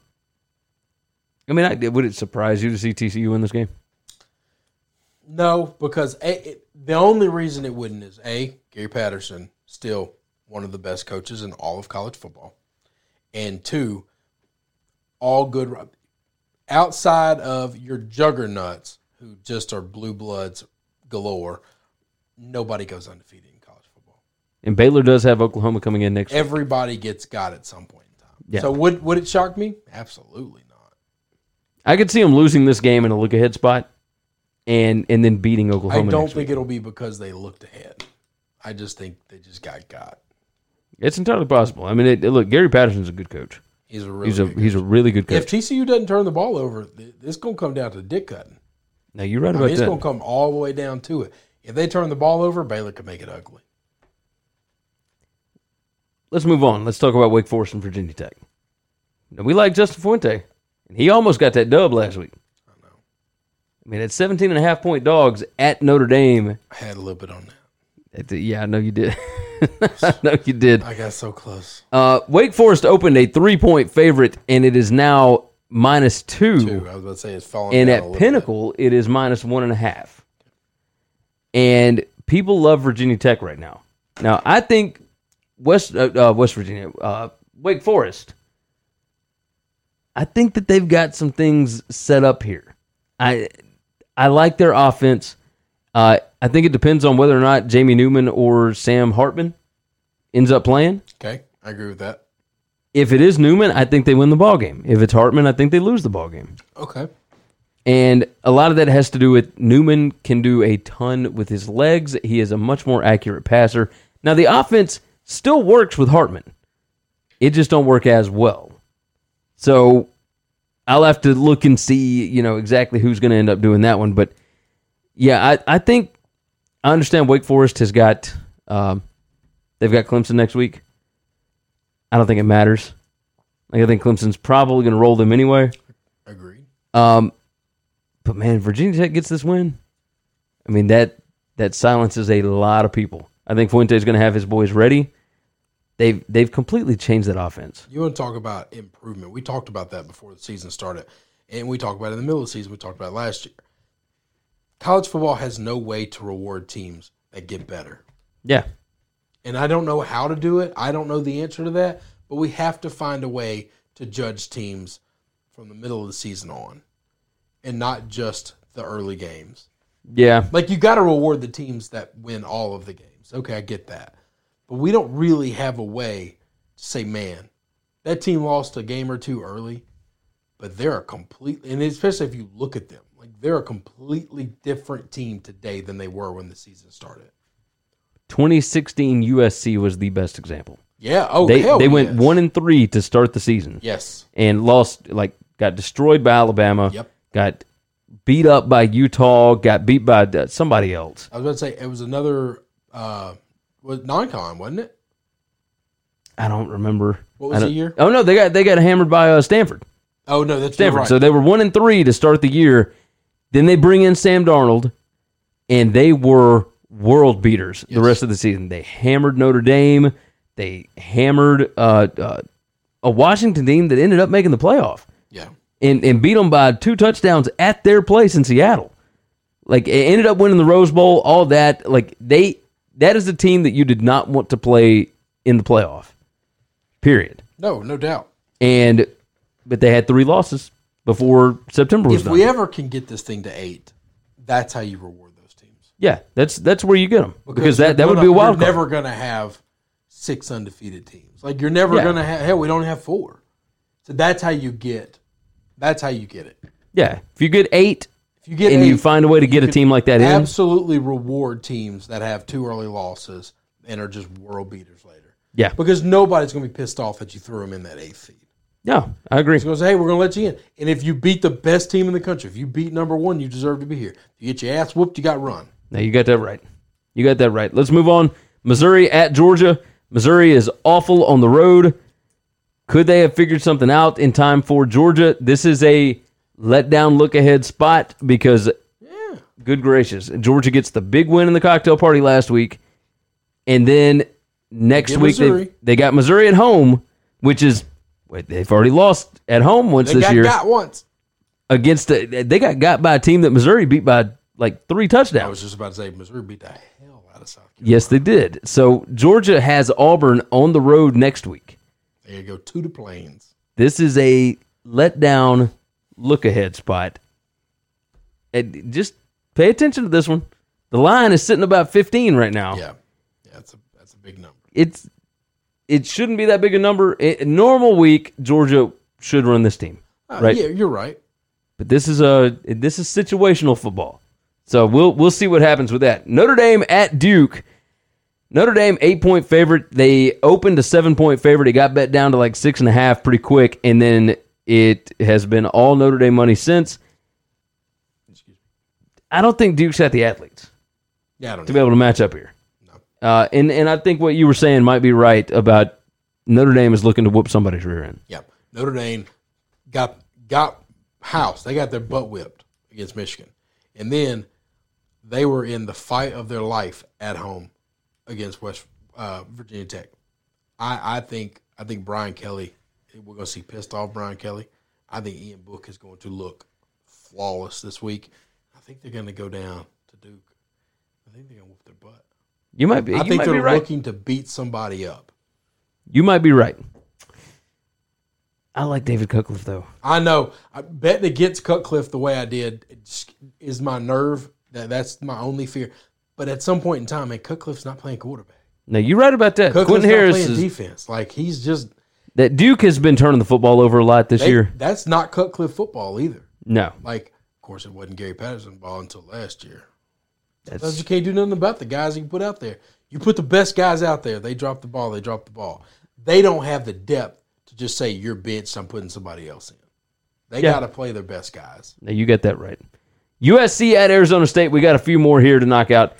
S4: I mean, I, would it surprise you to see TCU win this game?
S5: No, because a, it, the only reason it wouldn't is a Gary Patterson still one of the best coaches in all of college football, and two, all good outside of your juggernauts who just are blue bloods galore. Nobody goes undefeated in college football.
S4: And Baylor does have Oklahoma coming in next.
S5: Everybody gets got at some point in time.
S4: Yeah.
S5: So would would it shock me? Absolutely not.
S4: I could see them losing this game in a look ahead spot, and and then beating Oklahoma.
S5: I don't
S4: next week.
S5: think it'll be because they looked ahead. I just think they just got got.
S4: it's entirely possible. I mean, it, it- look, Gary Patterson's a good coach.
S5: He's a really
S4: He's a
S5: good
S4: he's a really good
S5: If
S4: coach.
S5: TCU doesn't turn the ball over, th- it's going to come down to dick cutting.
S4: No, you're right
S5: I
S4: about
S5: mean, it's going
S4: that.
S5: to come all the way down to it. If they turn the ball over, Baylor could make it ugly.
S4: Let's move on. Let's talk about Wake Forest and Virginia Tech. Now, we like Justin Fuente, and he almost got that dub last week. I mean, at 17 and a half point dogs at Notre Dame.
S5: I had a little bit on that.
S4: At the- yeah, I know you did. I know you did.
S5: I got so close.
S4: Uh, Wake Forest opened a three point favorite, and it is now minus
S5: Too. I was about to say it's falling.
S4: and
S5: down a little
S4: at
S5: bit.
S4: Pinnacle it is minus one and a half. And people love Virginia Tech right now. Now I think West uh, uh, West Virginia uh, Wake Forest. I think that they've got some things set up here. I I like their offense. Uh, I think it depends on whether or not Jamie Newman or Sam Hartman ends up playing.
S5: Okay, I agree with that.
S4: If it is Newman, I think they win the ball game. If it's Hartman, I think they lose the ball game.
S5: Okay.
S4: And a lot of that has to do with Newman can do a ton with his legs. He is a much more accurate passer. Now the offense still works with Hartman. It just don't work as well. So I'll have to look and see, you know, exactly who's going to end up doing that one. But yeah, I, I think I understand Wake Forest has got um, they've got Clemson next week. I don't think it matters. Like I think Clemson's probably going to roll them anyway.
S5: Agreed.
S4: Um, but man, Virginia Tech gets this win. I mean that that silences a lot of people. I think Fuente's going to have his boys ready. They've they've completely changed that offense.
S5: You want to talk about improvement? We talked about that before the season started, and we talked about it in the middle of the season. We talked about it last year. College football has no way to reward teams that get better,
S4: Yeah,
S5: and I don't know how to do it. I don't know the answer to that, but we have to find a way to judge teams from the middle of the season on, and not just the early games.
S4: yeah.
S5: Like you got to reward the teams that win all of the games. Okay, I get that, but we don't really have a way to say, man, that team lost a game or two early, but they're a complete, and especially if you look at them, like they're a completely different team today than they were when the season started.
S4: 2016 USC was the best example.
S5: Yeah. Oh,
S4: They
S5: hell
S4: they went
S5: yes.
S4: one and three to start the season
S5: Yes.
S4: and lost like got destroyed by Alabama.
S5: Yep.
S4: Got beat up by Utah. Got beat by uh, somebody else.
S5: I was going to say it was another uh, was non-con, wasn't it?
S4: I don't remember. I
S5: What was the
S4: don't-
S5: year?
S4: Oh no, they got they got hammered by uh, Stanford.
S5: Oh no, that's you're
S4: Stanford.
S5: right.
S4: So they were one and three to start the year. Then they bring in Sam Darnold, and they were world beaters the rest of the season. They hammered Notre Dame. They hammered uh, uh, a Washington team that ended up making the playoff
S5: yeah.
S4: and, and beat them by two touchdowns at their place in Seattle. Like it ended up winning the Rose Bowl, all that. Like they that is a team that you did not want to play in the playoff. Period.
S5: No, no doubt.
S4: And but they had three losses before September was
S5: If
S4: done.
S5: we ever can get this thing to eight, that's how you reward those teams.
S4: yeah, that's that's where you get them because,
S5: you're
S4: that, that would
S5: gonna-
S4: be a wild
S5: You're
S4: card.
S5: never going to have six undefeated teams. Like you're never
S4: Yeah.
S5: going to have. Hell, we don't have four. So that's how you get. That's how you get it.
S4: yeah, if you get eight
S5: If you get
S4: and you
S5: eight,
S4: find a way to get a
S5: could
S4: team like that in,
S5: absolutely reward teams that have two early losses and are just world beaters later.
S4: yeah,
S5: Because nobody's going to be pissed off that you threw them in that eighth seed.
S4: yeah, I agree.
S5: It's going to say, hey, we're going to let you in. And if you beat the best team in the country, if you beat number one, you deserve to be here. If you get your ass whooped, you got run.
S4: No, you got that right. You got that right. Let's move on. Missouri at Georgia. Missouri is awful on the road. Could they have figured something out in time for Georgia? This is a let down look ahead spot because, good gracious, Georgia gets the big win in the cocktail party last week. And then next
S5: Get
S4: week, they,
S5: Missouri.
S4: they got Missouri at home, which is, wait, they've already lost at home once
S5: They
S4: this
S5: got
S4: year.
S5: got once.
S4: Against the, They got got by a team that Missouri beat by like three touchdowns.
S5: I was just about to say, Missouri beat the hell out of South Carolina.
S4: Yes, they did. So Georgia has Auburn on the road next week.
S5: There you go, to the plains.
S4: This is a letdown look ahead spot. And just pay attention to this one. The line is sitting about 15 right now.
S5: Yeah, yeah, that's a that's a big number.
S4: It's it shouldn't be that big a number. A a normal week, Georgia should run this team.
S5: Uh,
S4: Right.
S5: Yeah, you're right.
S4: But this is a this is situational football. So we'll we'll see what happens with that. Notre Dame at Duke. Notre Dame eight point favorite. They opened a seven point favorite. It got bet down to like six and a half pretty quick, and then it has been all Notre Dame money since. I don't think Duke's got the athletes
S5: Yeah, I don't
S4: to be
S5: know.
S4: able to match up here. Uh, and and I think what you were saying might be right about Notre Dame is looking to whoop somebody's rear end.
S5: Yeah, Notre Dame got got house. They got their butt whipped against Michigan, and then they were in the fight of their life at home against West uh, Virginia Tech. I, I think I think Brian Kelly. We're going to see pissed off Brian Kelly. I think Ian Book is going to look flawless this week. I think they're going to go down to Duke. I think they're going to whoop their butt.
S4: You might be.
S5: I
S4: you
S5: think
S4: might
S5: they're
S4: be right.
S5: looking to beat somebody up.
S4: You might be right. I like David Cutcliffe though.
S5: I know. I, betting against Cutcliffe the way I did it's- is my nerve. That that's my only fear. But at some point in time, man, Cutcliffe's not playing quarterback.
S4: No, you're right about that.
S5: Cutcliffe's
S4: Quentin
S5: not
S4: Harris
S5: playing
S4: is
S5: defense. Like he's just
S4: That Duke has been turning the football over a lot this
S5: They-
S4: year.
S5: That's not Cutcliffe football either.
S4: No,
S5: Like, of course, it wasn't Gary Patterson ball until last year. That's,
S4: that's
S5: you can't do nothing about the guys you put out there. You put the best guys out there. They drop the ball. They drop the ball. They don't have the depth to just say you're benched. I'm putting somebody else in. They
S4: Yeah.
S5: got to play their best guys.
S4: now you got that right. USC at Arizona State. We got a few more here to knock out.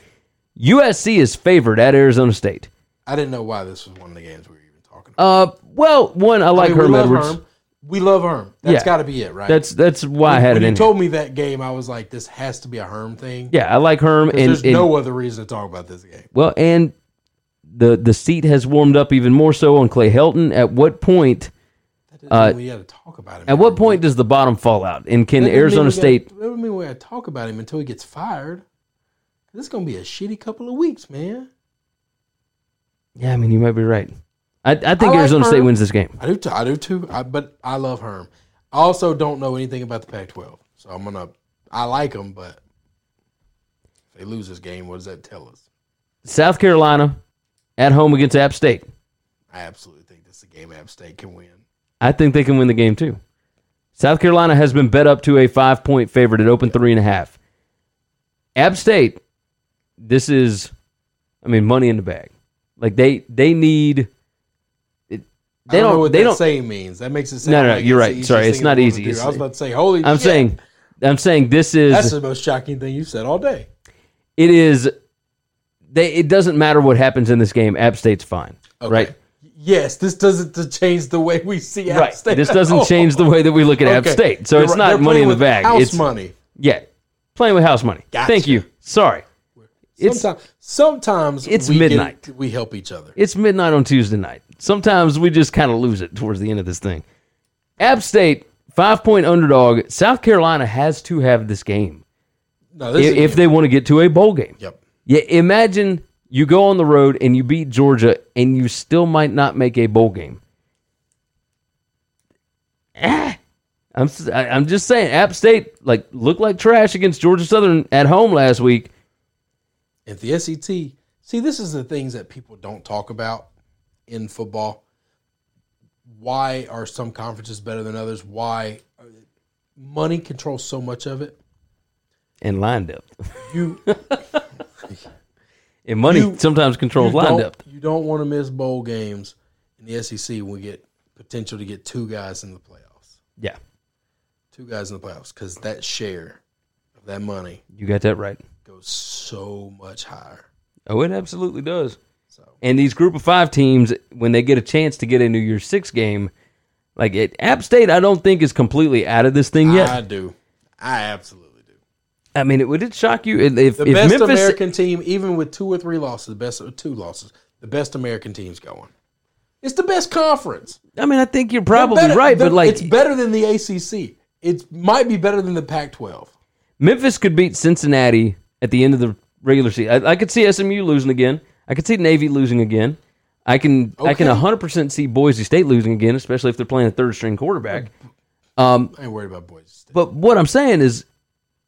S4: USC is favored at Arizona State.
S5: I didn't know why this was one of the games we were even talking about.
S4: Uh, well, one I
S5: I
S4: like
S5: mean,
S4: Herm
S5: we
S4: Edwards.
S5: Love Herm. We love Herm. That's
S4: Yeah.
S5: got to be it, right?
S4: That's that's why I had
S5: when
S4: it
S5: you
S4: in. here.
S5: told me that game, I was like, this has to be a Herm thing.
S4: yeah, I like Herm,
S5: 'Cause
S4: and,
S5: there's
S4: and-
S5: no other reason to talk about this game.
S4: well, and the the seat has warmed up even more so on Clay Helton. At what point?
S5: That doesn't
S4: Uh,
S5: mean we got to talk about him.
S4: At what point does the bottom fall out? And can
S5: That doesn't mean
S4: Arizona
S5: we gotta-
S4: State?
S5: that doesn't mean we got to talk about him until he gets fired. This is gonna be a shitty couple of weeks, man.
S4: Yeah, I mean, you might be right. I, I think
S5: like
S4: Arizona State
S5: Herm.
S4: wins this game.
S5: I do, too. I do too. I, but I love Herm. I also don't know anything about the Pac-12, so I'm gonna. I like him, but if they lose this game, what does that tell us?
S4: South Carolina at home against App State.
S5: I absolutely think this is a game App State can win.
S4: I think they can win the game too. South Carolina has been bet up to a five point favorite at open three and a half. App State, this is, I mean, money in the bag. Like they they need. It, they
S5: I
S4: don't.
S5: don't, know what
S4: they
S5: that
S4: don't.
S5: saying means. That makes it sound
S4: No, no, no,
S5: like
S4: you're
S5: it's the
S4: right.
S5: easiest
S4: Sorry, it's
S5: thing in the
S4: not
S5: world to
S4: easy.
S5: do.
S4: It's-
S5: I was about to say, holy.
S4: I'm
S5: shit.
S4: saying. I'm saying this is.
S5: that's the most shocking thing you've said all day.
S4: it is. They. It doesn't matter what happens in this game. App State's fine. Right.
S5: Yes, this doesn't change the way we see App
S4: Right.
S5: State.
S4: This
S5: at
S4: doesn't
S5: all.
S4: change the way that we look at App
S5: Okay.
S4: State. So
S5: You're
S4: it's
S5: right.
S4: not
S5: They're
S4: money
S5: playing
S4: in the
S5: with
S4: bag.
S5: House
S4: it's
S5: money.
S4: yeah, playing with house money.
S5: Gotcha.
S4: Thank you. Sorry. It's
S5: sometimes, sometimes
S4: it's
S5: we get-
S4: midnight.
S5: we help each other.
S4: it's midnight on Tuesday night. Sometimes we just kind of lose it towards the end of this thing. App State five point underdog. South Carolina has to have this game
S5: No,
S4: i-
S5: this
S4: if,
S5: is,
S4: they want to get to a bowl game.
S5: yep.
S4: Yeah, imagine you go on the road and you beat Georgia and you still might not make a bowl game. Ah, I'm s- I- I'm just saying App State like looked like trash against Georgia Southern at home last week.
S5: If the SEC, see, this is the things that people don't talk about in football. Why are some conferences better than others? Why uh, money controls so much of it?
S4: And line depth.
S5: You
S4: And money
S5: You-
S4: sometimes controls
S5: you
S4: line
S5: don't-
S4: depth.
S5: You don't want to miss bowl games in the SEC. We get potential to get two guys in the playoffs.
S4: Yeah,
S5: Two guys in the playoffs because that share of that money
S4: you got that right.
S5: goes so much higher.
S4: Oh, it absolutely does.
S5: So
S4: And these group of five teams, when they get a chance to get a New Year's Six game, like it, App State, I don't think is completely out of this thing yet.
S5: I do. I absolutely do.
S4: I mean, it would it shock you if, if
S5: The best
S4: Memphis?
S5: American team, even with two or three losses, the best or two losses, the best American team's going. It's the best conference.
S4: I mean, I think you're probably
S5: Better-
S4: right,
S5: the-
S4: but like
S5: it's better than the ACC. It might be better than the Pac-12.
S4: Memphis could beat Cincinnati at the end of the regular season. I, I could see SMU losing again. I could see Navy losing again. I can I can
S5: Okay.
S4: 100 percent see Boise State losing again, especially if they're playing a third string quarterback.
S5: I ain't worried about Boise State.
S4: But what I'm saying is,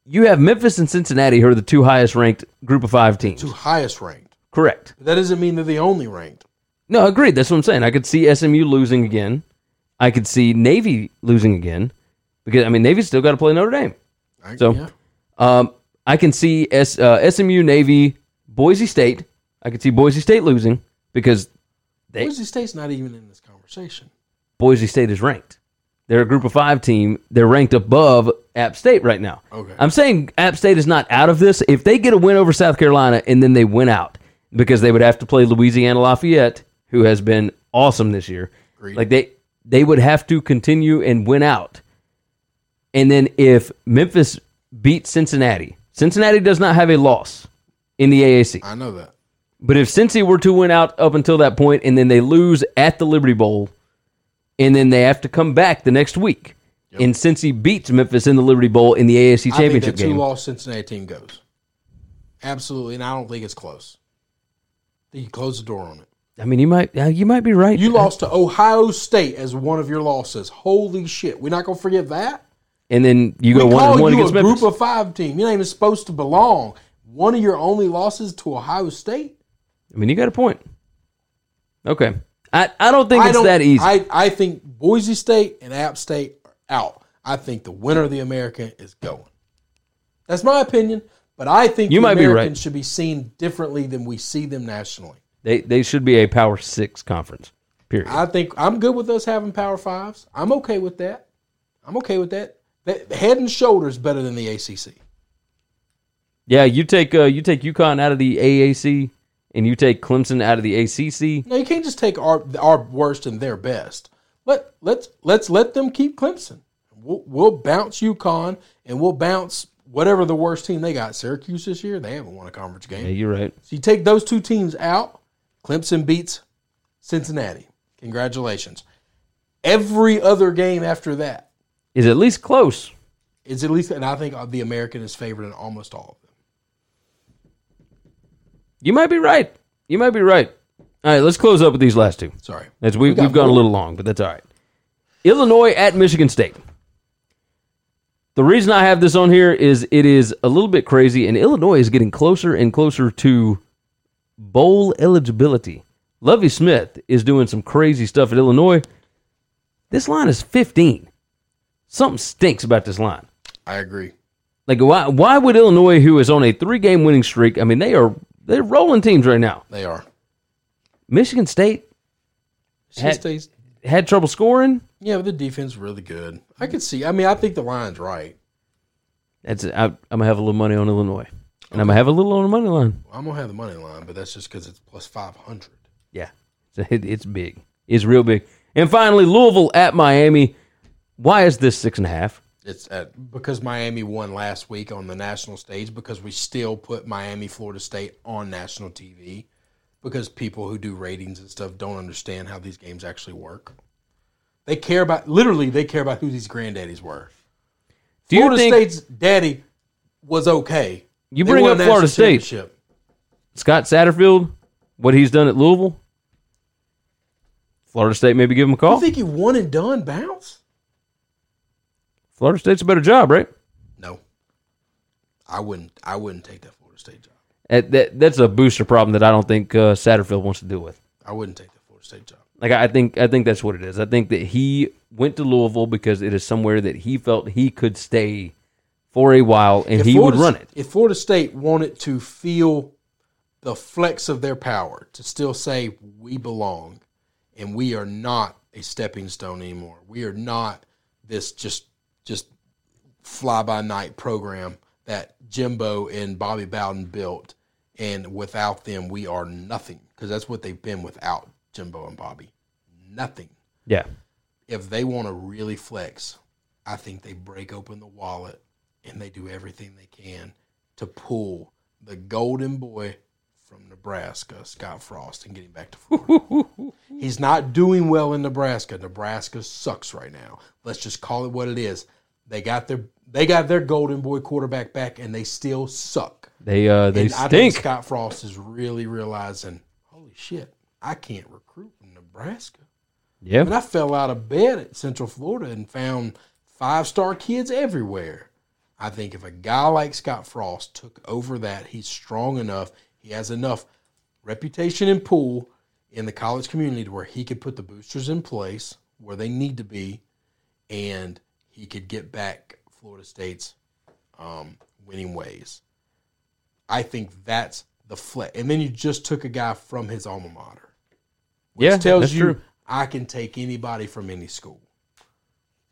S4: you have Memphis and Cincinnati, who are the two highest ranked group of five teams.
S5: Two highest ranked.
S4: Correct.
S5: But that doesn't mean they're the only ranked.
S4: No, agreed. That's what I'm saying. I could see SMU losing again. I could see Navy losing again because I mean Navy's still got to play Notre Dame.
S5: I-
S4: So-
S5: yeah.
S4: Um, I can see S, uh, SMU, Navy, Boise State. I could see Boise State losing because they, Boise.
S5: Boise State's not even in this conversation.
S4: State is ranked. They're a Group of Five team. They're ranked above App State right now.
S5: Okay.
S4: I'm saying App State is not out of this. If they get a win over South Carolina and then they win out because they would have to play Louisiana Lafayette, who has been awesome this year. Like they they would have to continue and win out. And then if Memphis beats Cincinnati, Cincinnati does not have a loss in the AAC.
S5: I know that.
S4: But if Cincy were to win out up until that point and then they lose at the Liberty Bowl and then they have to come back the next week and Cincy beats Memphis in the Liberty Bowl in the AAC
S5: I think
S4: championship
S5: that two
S4: game.
S5: loss Cincinnati team goes. Absolutely, and I don't think it's close. I think you close the door on it.
S4: I mean, you might uh, you might be right.
S5: You lost to Ohio State as one of your losses. Holy shit. We're not going to forget that.
S4: and then you
S5: We
S4: go one
S5: call
S4: and one
S5: you
S4: against
S5: a
S4: Memphis.
S5: group of five team. You're not even supposed to belong. One of your only losses to Ohio State?
S4: I mean, you got a point. Okay. I, I don't think it's
S5: don't-
S4: that easy.
S5: I, I think Boise State and App State are out. I think the winner of the American is going. That's my opinion, but I think
S4: You
S5: the
S4: might be right.
S5: Americans should be seen differently than we see them nationally.
S4: they they should be a Power Six conference. Period.
S5: I think I'm good with us having power fives. I'm okay with that. I'm okay with that. That head and shoulders better than the ACC.
S4: yeah, you take uh, you take UConn out of the AAC and you take Clemson out of the ACC.
S5: No, you can't just take our our worst and their best. Let let's let's let them keep Clemson. We'll, we'll bounce UConn and we'll bounce whatever the worst team they got. Syracuse this year they haven't won a conference game.
S4: Yeah, you're right.
S5: So you take those two teams out. Clemson beats Cincinnati. Congratulations. Every other game after that
S4: Is at least close.
S5: is at least, and I think the American is favored in almost all of them.
S4: You might be right. You might be right. All right, let's close up with these last two.
S5: Sorry.
S4: That's we,
S5: We got
S4: we've gone a
S5: more.
S4: little long, but that's all right. Illinois at Michigan State. The reason I have this on here is it is a little bit crazy, and Illinois is getting closer and closer to bowl eligibility. Lovey Smith is doing some crazy stuff at Illinois. This line is 15. Something stinks about this line.
S5: I agree.
S4: Like why why would Illinois, who is on a three game winning streak, I mean they are they're rolling teams right now.
S5: They are.
S4: Michigan State
S5: She
S4: Had-
S5: stays.
S4: had trouble scoring.
S5: Yeah, but the defense is really good. I could see. I mean, I think the line's right.
S4: That's I, I'm gonna have a little money on Illinois, and I'm gonna have a little on the money line.
S5: I'm gonna have the money line, but that's just because it's plus five hundred.
S4: Yeah, it's, it, it's big. It's real big. And finally, Louisville at Miami. Why is this six and a half?
S5: It's at, because Miami won last week on the national stage because we still put Miami, Florida State on national TV because people who do ratings and stuff don't understand how these games actually work. They care about literally they care about who these granddaddies were.
S4: Do you
S5: Florida
S4: think
S5: State's daddy was okay.
S4: You
S5: They
S4: bring
S5: won
S4: up
S5: a
S4: Florida
S5: national
S4: State.
S5: championship.
S4: Scott Satterfield, what he's done at Louisville? Florida State maybe give him a
S5: You
S4: call.
S5: think he one and done bounce?
S4: Florida State's a better job, right?
S5: No, I wouldn't. I wouldn't take that Florida State job.
S4: That, that- that's a booster problem that I don't think uh, Satterfield wants to deal with.
S5: I wouldn't take that Florida State job.
S4: Like I I think I think that's what it is. I think that he went to Louisville because it is somewhere that he felt he could stay for a while and he
S5: Florida,
S4: would run it.
S5: If Florida State wanted to feel the flex of their power to still say we belong, and we are not a stepping stone anymore. We are not this just just fly by night program that Jimbo and Bobby Bowden built, and without them we are nothing because that's what they've been without Jimbo and Bobby, nothing.
S4: Yeah.
S5: if they want to really flex, I think they break open the wallet and they do everything they can to pull the golden boy from Nebraska, Scott Frost, and get him back to Florida. He's not doing well in Nebraska. Nebraska sucks right now. Let's just call it what it is. They got their they got their golden boy quarterback back, and they still suck.
S4: They uh they
S5: and I think
S4: stink.
S5: Scott Frost is really realizing, holy shit, I can't recruit in Nebraska.
S4: yeah.
S5: And I fell out of bed at Central Florida and found five star kids everywhere. I think if a guy like Scott Frost took over that, he's strong enough, he has enough reputation and pull in the college community to where he could put the boosters in place where they need to be and he could get back Florida State's um, winning ways. I think that's the flex. And then you just took a guy from his alma mater which
S4: yeah.
S5: tells
S4: that's
S5: you
S4: true.
S5: I can take anybody from any school.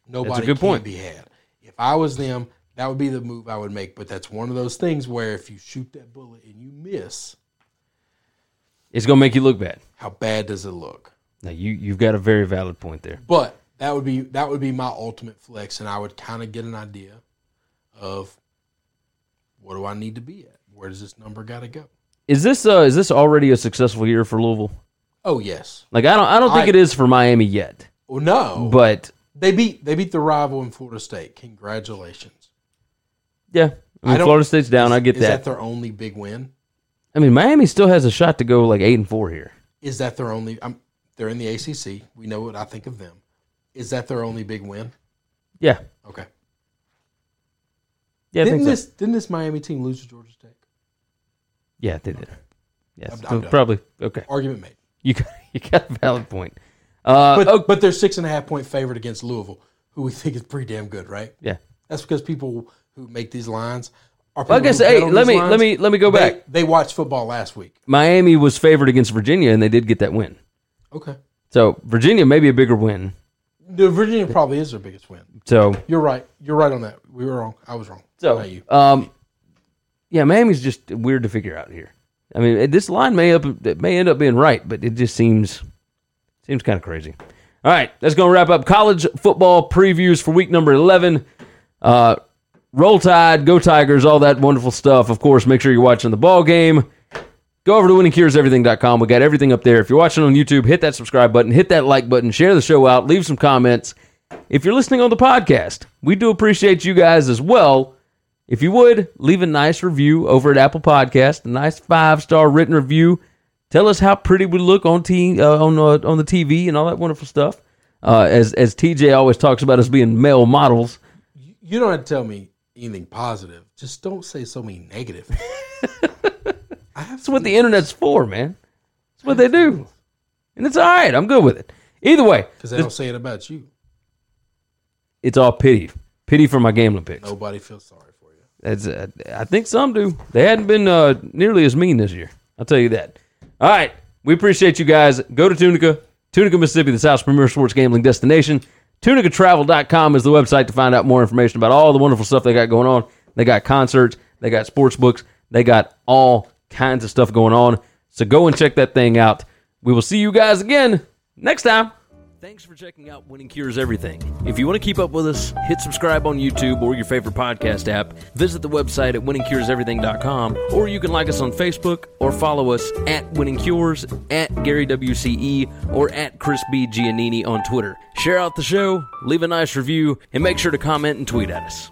S5: Nobody
S4: good
S5: can
S4: point.
S5: be had. If I was them, that would be the move I would make. But that's one of those things where if you shoot that bullet and you miss,
S4: It's gonna make you look bad.
S5: how bad does it look?
S4: Now you you've got a very valid point there.
S5: But that would be that would be my ultimate flex, and I would kind of get an idea of what do I need to be at? Where does this number got to go?
S4: Is this uh is this already a successful year for Louisville?
S5: Oh yes,
S4: Like I don't I don't think
S5: I- Oh.
S4: it is for Miami yet.
S5: well no, but
S4: But
S5: they beat they beat the rival in Florida State. Congratulations.
S4: yeah. I mean,
S5: I don't-
S4: Florida State's down. I get
S5: Is that
S4: that.
S5: their only big win?
S4: I mean, Miami still has a shot to go like eight and four here.
S5: is that their only i they're in the ACC. We know what I think of them. Is that their only big win?
S4: Yeah,
S5: Okay.
S4: yeah. I
S5: didn't
S4: think so.
S5: this didn't this Miami team lose to Georgia Tech?
S4: Yeah, they did. Yes,
S5: I'm- I'm
S4: so
S5: done.
S4: probably. Okay,
S5: Argument made.
S4: you got, you got a valid point. Uh,
S5: But,
S4: oh,
S5: but they're six and a half point favorite against Louisville, who we think is pretty damn good, right?
S4: yeah.
S5: That's because people who make these lines are.
S4: Well, I
S5: people who
S4: guess, hey,
S5: bet on
S4: let
S5: these
S4: me- let me- let me go
S5: They-
S4: back.
S5: They watched football last week.
S4: Miami was favored against Virginia, and they did get that win.
S5: Okay.
S4: So Virginia may be a bigger win.
S5: The Virginia probably is their biggest win.
S4: So
S5: You're right. You're right on that. We were wrong. I was wrong.
S4: So,
S5: Not you.
S4: um, yeah, Miami's just weird to figure out here. I mean, it- this line may up it may end up being right, but it just seems seems kind of crazy. All right, that's going to wrap up college football previews for week number eleven. Uh, roll Tide, go Tigers, all that wonderful stuff. Of course, make sure you're watching the ball game. Go over to winningcureseverything.com. We got everything up there. If you're watching on YouTube, hit that subscribe button, hit that like button, share the show out, leave some comments. If you're listening on the podcast, we do appreciate you guys as well. If you would, leave a nice review over at Apple Podcast, a nice five star written review. Tell us how pretty we look on t- uh, on uh, on the TV and all that wonderful stuff. Uh, as as TJ always talks about us being male models.
S5: You don't have to tell me anything positive. Just don't say so many negative. I have
S4: That's what the internet's for, man. That's what they do, and it's all right. I'm good with it. Either way,
S5: because they don't say it about you.
S4: it's all pity, pity for my gambling picks.
S5: Nobody feels sorry for you.
S4: That's, uh, I think some do. They hadn't been uh, nearly as mean this year. I'll tell you that. All right. We appreciate you guys. Go to Tunica, Tunica, Mississippi, the South's premier sports gambling destination. TunicaTravel.com is the website to find out more information about all the wonderful stuff they got going on. They got concerts, they got sports books, they got all kinds of stuff going on. So go and check that thing out. We will see you guys again next time. Thanks for checking out Winning Cures Everything. If you want to keep up with us, hit subscribe on YouTube or your favorite podcast app. Visit the website at winningcureseverything.com, or you can like us on Facebook or follow us at Winning Cures, at Gary WCE, or at Chris B. Giannini on Twitter. Share out the show, leave a nice review, and make sure to comment and tweet at us.